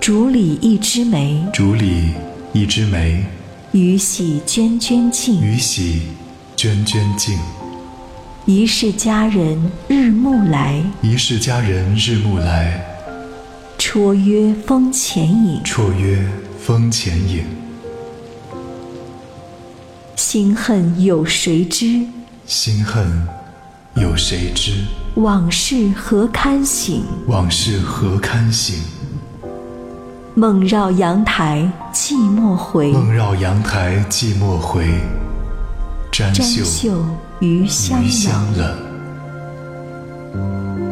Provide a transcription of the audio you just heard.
竹里一枝梅，竹里一枝梅，雨洗涓涓净。雨洗涓涓净。疑是佳人日暮来，疑是佳人日暮来，绰约风前影。绰约风前影。心恨有谁知？心恨有谁知？往事何堪醒？往事何堪醒？梦绕阳台寂寞回。梦绕阳台寂寞回，沾沾袖袖余香余冷。香冷。